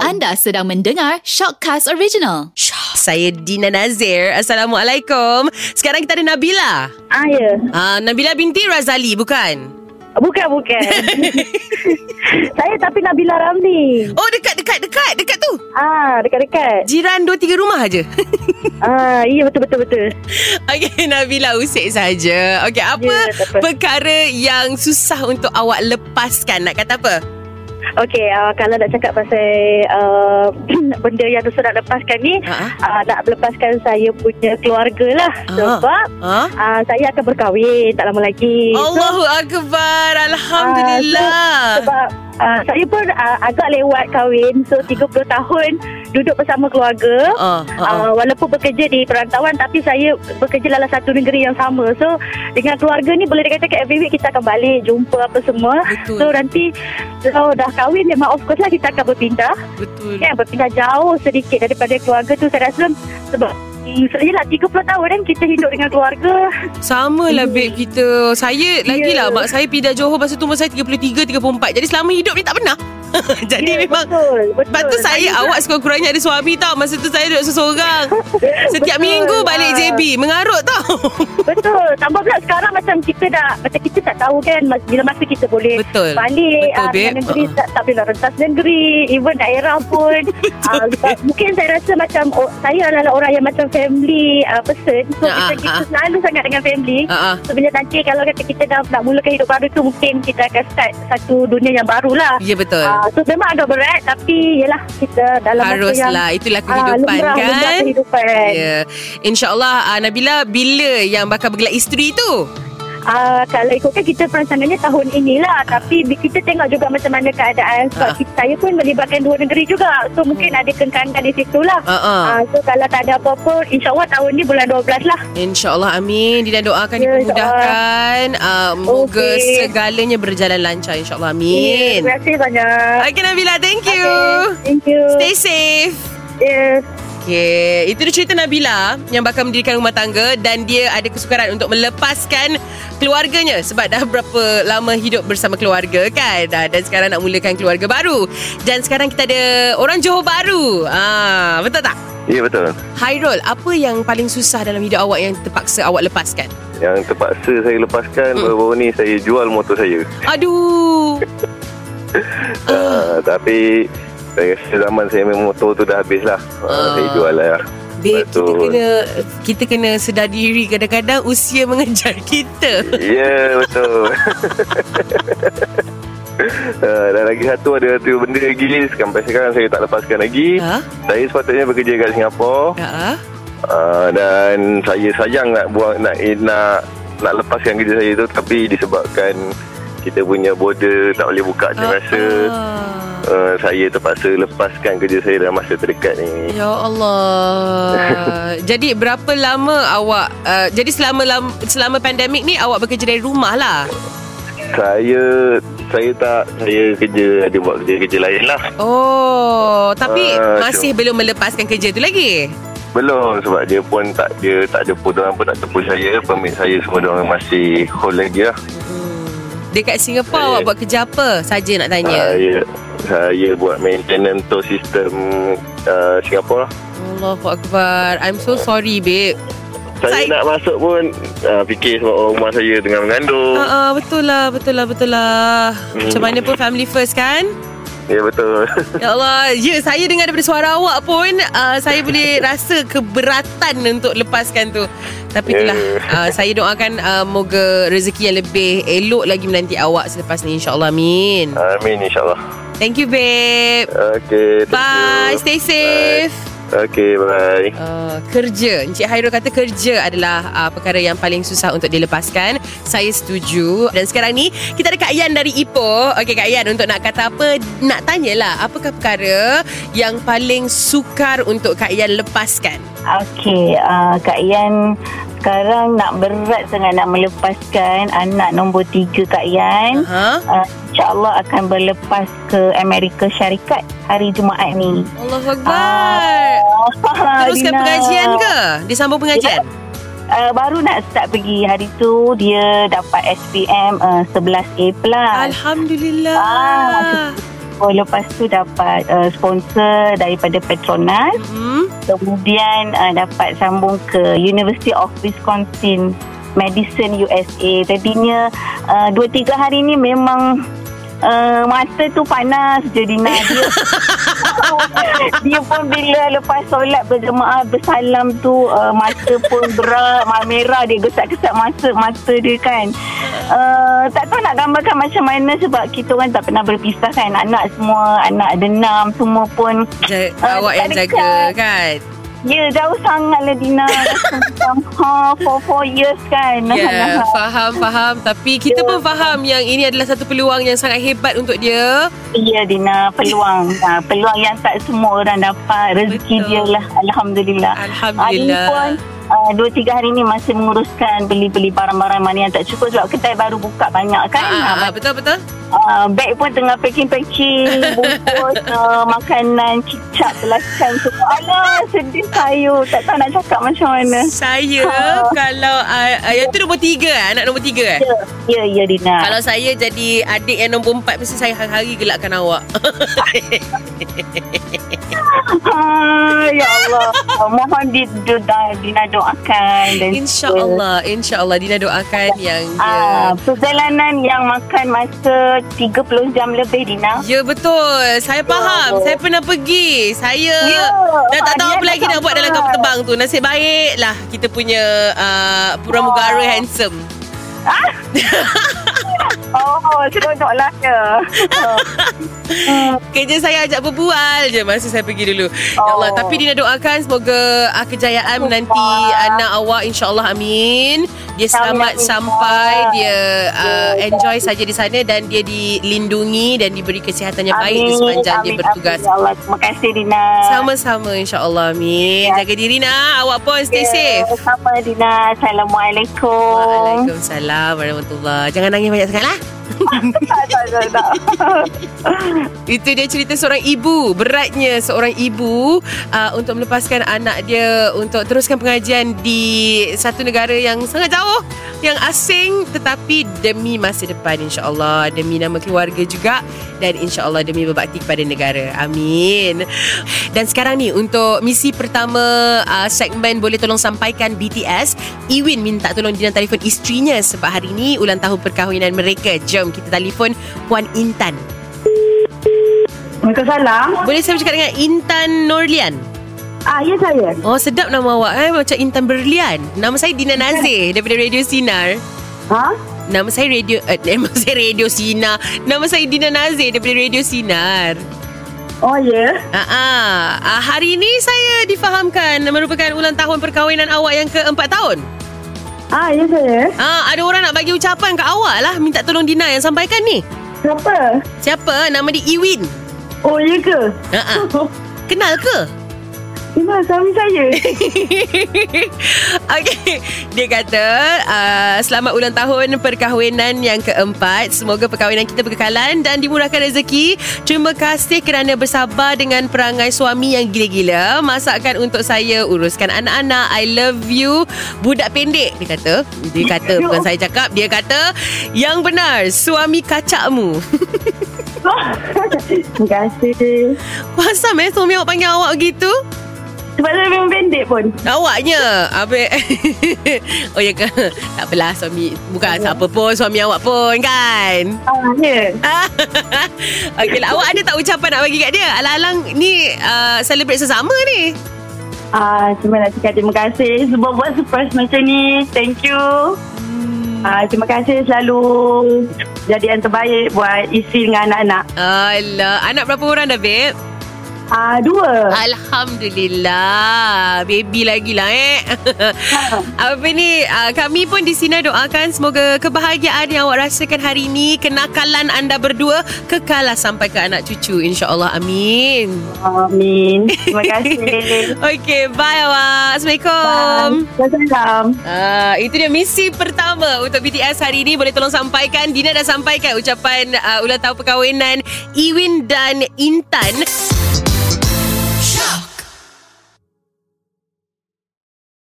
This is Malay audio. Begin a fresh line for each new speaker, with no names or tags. Anda sedang mendengar Shockcast Original.
Saya Dina Nazir. Assalamualaikum. Sekarang kita ada Nabila.
Ah, ya.
Uh, Nabila binti Razali bukan?
Bukan, bukan. saya tapi Nabila Ramli.
Oh dekat dekat dekat dekat tu.
Ah, dekat-dekat.
Jiran 2 3 rumah aje.
Ah, iya, betul-betul. betul.
Okey Nabila usik saja. Okey apa
Ya, tak apa.
perkara yang susah untuk awak lepaskan? Nak kata apa?
Okey, uh, kalau nak cakap pasal uh, benda yang tu nak lepaskan ni,
Ha?
uh, nak melepaskan saya punya keluarga lah.
Ah.
Sebab
Ha?
uh, saya akan berkahwin tak lama lagi.
Allahu akbar.
Ah,
Alhamdulillah.
Sebab uh, saya pun uh, agak lewat kahwin. So, 30 tahun duduk bersama keluarga.
Ah, ah, ah.
Uh, walaupun bekerja di perantauan tapi saya bekerja dalam satu negeri yang sama. So dengan keluarga ni boleh dikatakan every week kita akan balik jumpa apa semua.
Betul.
So nanti kalau dah kahwin memang of course lah kita akan berpindah.
Betul.
Kan berpindah jauh sedikit daripada keluarga tu saya rasa sebab Hmm, so, yelah, 30 tahun kan kita hidup dengan keluarga
Sama lah babe kita Saya yeah. lagilah Mak saya pindah Johor Masa tu umur saya 33, 34 Jadi selama hidup ni tak pernah Jadi yeah, memang
Ya, betul, betul.
Lepas tu saya
juga-
awak sekurang-kurangnya ada suami tau Masa tu saya duduk seseorang Setiap
Betul,
minggu balik
ah.
JB Mengarut tau
Betul Tambah pula sekarang macam kita dah Macam kita tak tahu kan mas- Bila masa kita boleh
Betul.
Balik
Betul,
ah, dengan
babe.
negeri
Ah.
tak, tak boleh lah rentas negeri Even daerah pun Ah, sebab Mungkin saya rasa macam oh, Saya adalah orang yang macam family uh, person So
Ah,
kita,
ah,
kita
ah.
selalu sangat dengan family
Ah, ah.
So bila nanti Kalau kata kita dah nak mulakan hidup baru tu Mungkin kita akan start Satu dunia yang baru lah
Ya betul
Ah, So memang agak berat Tapi yelah Kita dalam masa yang
Haruslah lah. Itulah
ah,
kehidupan
lumrah, lumrah
kan
kehidupan
Ya InsyaAllah ah, Nabila Bila yang bakal bergelar isteri tu
Uh, kalau ikutkan kita perancangannya tahun inilah tapi bi- kita tengok juga macam mana keadaan sebab
Ah.
kita, saya pun melibatkan dua negeri juga so mungkin ada kengkangan di situ lah
Ah, ah.
Ah, so kalau tak ada apa-apa insyaAllah tahun ni bulan 12 lah
InsyaAllah amin Dina doakan
Ya,
dipermudahkan uh, Moga
Okey.
segalanya berjalan lancar InsyaAllah
Ya,
amin
terima kasih banyak
Okay Nabila thank you
Okay, thank you
Stay safe
yeah.
Okay Itu dia cerita Nabila Yang bakal mendirikan rumah tangga Dan dia ada kesukaran Untuk melepaskan Keluarganya Sebab dah berapa Lama hidup bersama keluarga kan Ah, Dan sekarang nak mulakan keluarga baru Dan sekarang kita ada Orang Johor Baru Ah, Betul tak?
Ya betul
Hairul Apa yang paling susah dalam hidup awak Yang terpaksa awak lepaskan?
Yang terpaksa saya lepaskan
Hmm.
Baru-baru ni saya jual motor saya
Aduh Hmm.
uh, Tapi Saya rasa zaman saya main motor tu dah habis lah
Ah.
uh, Saya jual lah
Babe, kita
Betul.
kena kita kena sedar diri kadang-kadang usia mengejar kita.
Ya yeah, betul Uh, dan lagi satu ada satu benda lagi Sampai sekarang saya tak lepaskan lagi
Ha?
Saya sepatutnya bekerja kat Singapura
Ha?
uh, Dan saya sayang nak buat nak, eh, nak nak lepaskan kerja saya tu Tapi disebabkan kita punya border tak boleh
Ah,
buka Saya rasa uh, saya terpaksa lepaskan kerja saya dalam masa terdekat ni.
Ya Allah. jadi berapa lama awak uh, jadi selama lam- selama pandemik ni awak bekerja dari rumah lah.
Saya saya tak saya kerja ada buat kerja-kerja lain lah.
Oh, tapi
Ah,
masih belum melepaskan kerja tu lagi.
Belum sebab dia pun tak dia tak ada pun orang pun tak tepu saya, permit saya semua orang masih hold lagi lah.
Dekat Singapura
Saya-
awak buat kerja apa? Saja nak tanya.
Saya saya buat maintenance tow system uh, Singapura.
Allahu akbar. I'm so sorry, babe.
Saya,
Saya-
nak masuk pun uh, fikir sebab orang rumah saya tengah mengandung.
Ha ah, betul lah, betul lah, betul lah. Macam
Hmm.
mana pun family first kan?
Ya betul.
Ya Allah, ya saya dengar daripada suara awak pun uh, saya boleh rasa keberatan untuk lepaskan tu. Tapi itulah
Yeah.
uh, saya doakan uh, moga rezeki yang lebih elok lagi menanti awak selepas ni insya-Allah amin.
Amin insyaAllah.
Thank you babe.
Okay. thank
Bye,
you.
stay safe.
Okay, bye.
Uh, kerja Encik Hairul kata kerja adalah uh, perkara yang paling susah untuk dilepaskan Saya setuju Dan sekarang ni kita ada Kak Yan dari Ipoh Okey Kak Yan untuk nak kata apa Nak tanyalah apakah perkara yang paling sukar untuk Kak Yan lepaskan
Okey, uh, Kak Yan sekarang nak berat sangat nak melepaskan anak nombor tiga Kak Yan.
Ha?
Uh, InsyaAllah akan berlepas ke Amerika Syarikat hari Jumaat ni.
Allah Akbar Ah. Teruskan
Dina.
pengajian ke? Disambung pengajian?
Eh,
Uh, baru nak start pergi hari tu
eh,
dia dapat SPM uh, 11A+.
Alhamdulillah
Ah,
Oh, lepas tu dapat uh, sponsor daripada Petronas.
Hmm.
Kemudian uh, dapat sambung ke University of Wisconsin Madison USA. Jadinya uh, 2 3 hari ni memang Uh, mata tu panas je Dina dia, dia pun bila lepas solat berjemaah bersalam tu uh, mata pun berat ma- merah dia gesat-gesat mata mata dia kan uh, tak tahu nak gambarkan macam mana sebab kita orang tak pernah berpisah kan anak semua anak denam semua pun
Ja-
Ah,
awak yang
dekat-dekat.
jaga kan.
Ya jauh sangat lah Dina Rasa Macam ha, for four years kan
Ya, yeah,
Ha, ha.
faham, faham. Tapi kita pun faham yang ini adalah satu peluang yang sangat hebat untuk dia.
Ya Dina peluang ha, Peluang yang tak semua orang dapat Rezeki
Betul.
dia lah Alhamdulillah
Alhamdulillah.
Hari pun Uh, dua tiga hari ni masih menguruskan beli-beli barang-barang mana yang tak cukup sebab kedai baru buka banyak kan.
Ah, ah,
Ah,
betul betul.
uh, beg pun tengah packing-packing, bungkus uh, makanan, cicak, belacan semua. Alah, sedih saya. Tak tahu nak cakap macam mana.
Saya
Ah.
kalau uh, yang tu nombor tiga eh? anak nombor tiga eh.
Ya, ya, ya Dina.
Kalau saya jadi adik yang nombor empat Mesti saya hari-hari gelakkan awak
Ah, ya Allah. Mohon di, di, Dina doakan dan
InsyaAllah InsyaAllah Dina doakan yang
Ah,
dia
perjalanan yang makan masa 30 jam lebih Dina.
Ya betul Saya faham
Ya.
Saya pernah pergi Saya
Ya,
Dah tak tahu
dia
apa lagi
tak
nak buat dalam
sabar.
kapal terbang tu Nasib baik lah Kita punya uh, Pramugara
Oh.
handsome
Oh, seronoklah ya. Hmm.
Kerja saya ajak berbual je Masa saya pergi dulu Ya
Oh.
Allah Tapi Dina doakan Semoga uh, kejayaan menanti Anak awak InsyaAllah amin Dia selamat
Amin.
sampai Dia uh,
Ya.
enjoy saja di sana Dan dia dilindungi Dan diberi kesihatan yang Ya, baik Di sepanjang dia bertugas
Amin, ya Allah. Terima kasih Dina.
Sama-sama insyaAllah Amin
Ya.
Jaga diri nak Awak pun stay
Ya,
safe
Sama Dina. Assalamualaikum.
Waalaikumsalam Warahmatullahi Jangan nangis banyak sangat lah
Tak, tak, tak, tak.
Itu dia cerita seorang ibu Beratnya seorang ibu uh, Untuk melepaskan anak dia Untuk teruskan pengajian Di satu negara yang sangat jauh Yang asing Tetapi demi masa depan InsyaAllah Demi nama keluarga juga Dan insyaAllah demi berbakti kepada negara Amin Dan sekarang ni Untuk misi pertama uh, Segmen Boleh Tolong Sampaikan BTS Iwin minta tolong Dina telefon istrinya Sebab hari ni Ulang tahun perkahwinan mereka Jom kita telefon Puan Intan
Waalaikumsalam.
boleh saya bercakap dengan Intan Norlian?
Ah, ya saya.
Oh, sedap nama awak eh. Macam Intan Berlian. Nama saya Dina Nazir daripada Radio Sinar.
Ha?
Nama saya Radio... Eh, nama saya Radio Sinar. Nama saya Dina Nazir daripada Radio Sinar.
Oh, ya.
Ah, ah. ah hari ini saya difahamkan merupakan ulang tahun perkahwinan awak yang keempat tahun.
Ah, ya saya.
Ah, ada orang nak bagi ucapan ke awak lah. Minta tolong Dina yang sampaikan ni.
Siapa?
Siapa? Nama dia Iwin.
Oh, ya ke?
Ah, ah. Kenal ke?
Dina, suami saya.
Okey, dia kata uh, selamat ulang tahun perkahwinan yang keempat. Semoga perkahwinan kita berkekalan dan dimurahkan rezeki. Terima kasih kerana bersabar dengan perangai suami yang gila-gila. Masakan untuk saya, uruskan anak-anak. I love you. Budak pendek dia kata. Dia kata
Ya.
bukan saya cakap, dia kata yang benar suami kacakmu.
Terima kasih.
Kuasam eh suami awak panggil awak gitu.
Sebab saya memang pendek pun.
Awaknya Habis Oh ya ke Tak apalah suami Bukan siapa pun Suami awak pun kan
Ah, ya.
Okey lah Awak ada tak ucapan nak bagi kat dia Alang-alang ni uh, Celebrate sesama ni
Ah, cuma nak cakap terima kasih sebab buat surprise macam ni. Thank you. Ah, terima kasih selalu jadi yang terbaik buat isteri dengan anak-anak.
Alah Anak berapa orang dah babe
Ah, dua.
Alhamdulillah Baby lagi lah eh Apa ni uh, Kami pun di sini doakan Semoga kebahagiaan yang awak rasakan hari ini Kenakalan anda berdua Kekalah sampai ke anak cucu InsyaAllah amin
Amin. Terima kasih.
Okey, bye awak. Assalamualaikum.
Bye. Salam.
Ah, itu dia misi pertama untuk BTS hari ini. Boleh tolong sampaikan. ah, Dina dah sampaikan ucapan uh, ulang tahun perkahwinan Iwin dan Intan.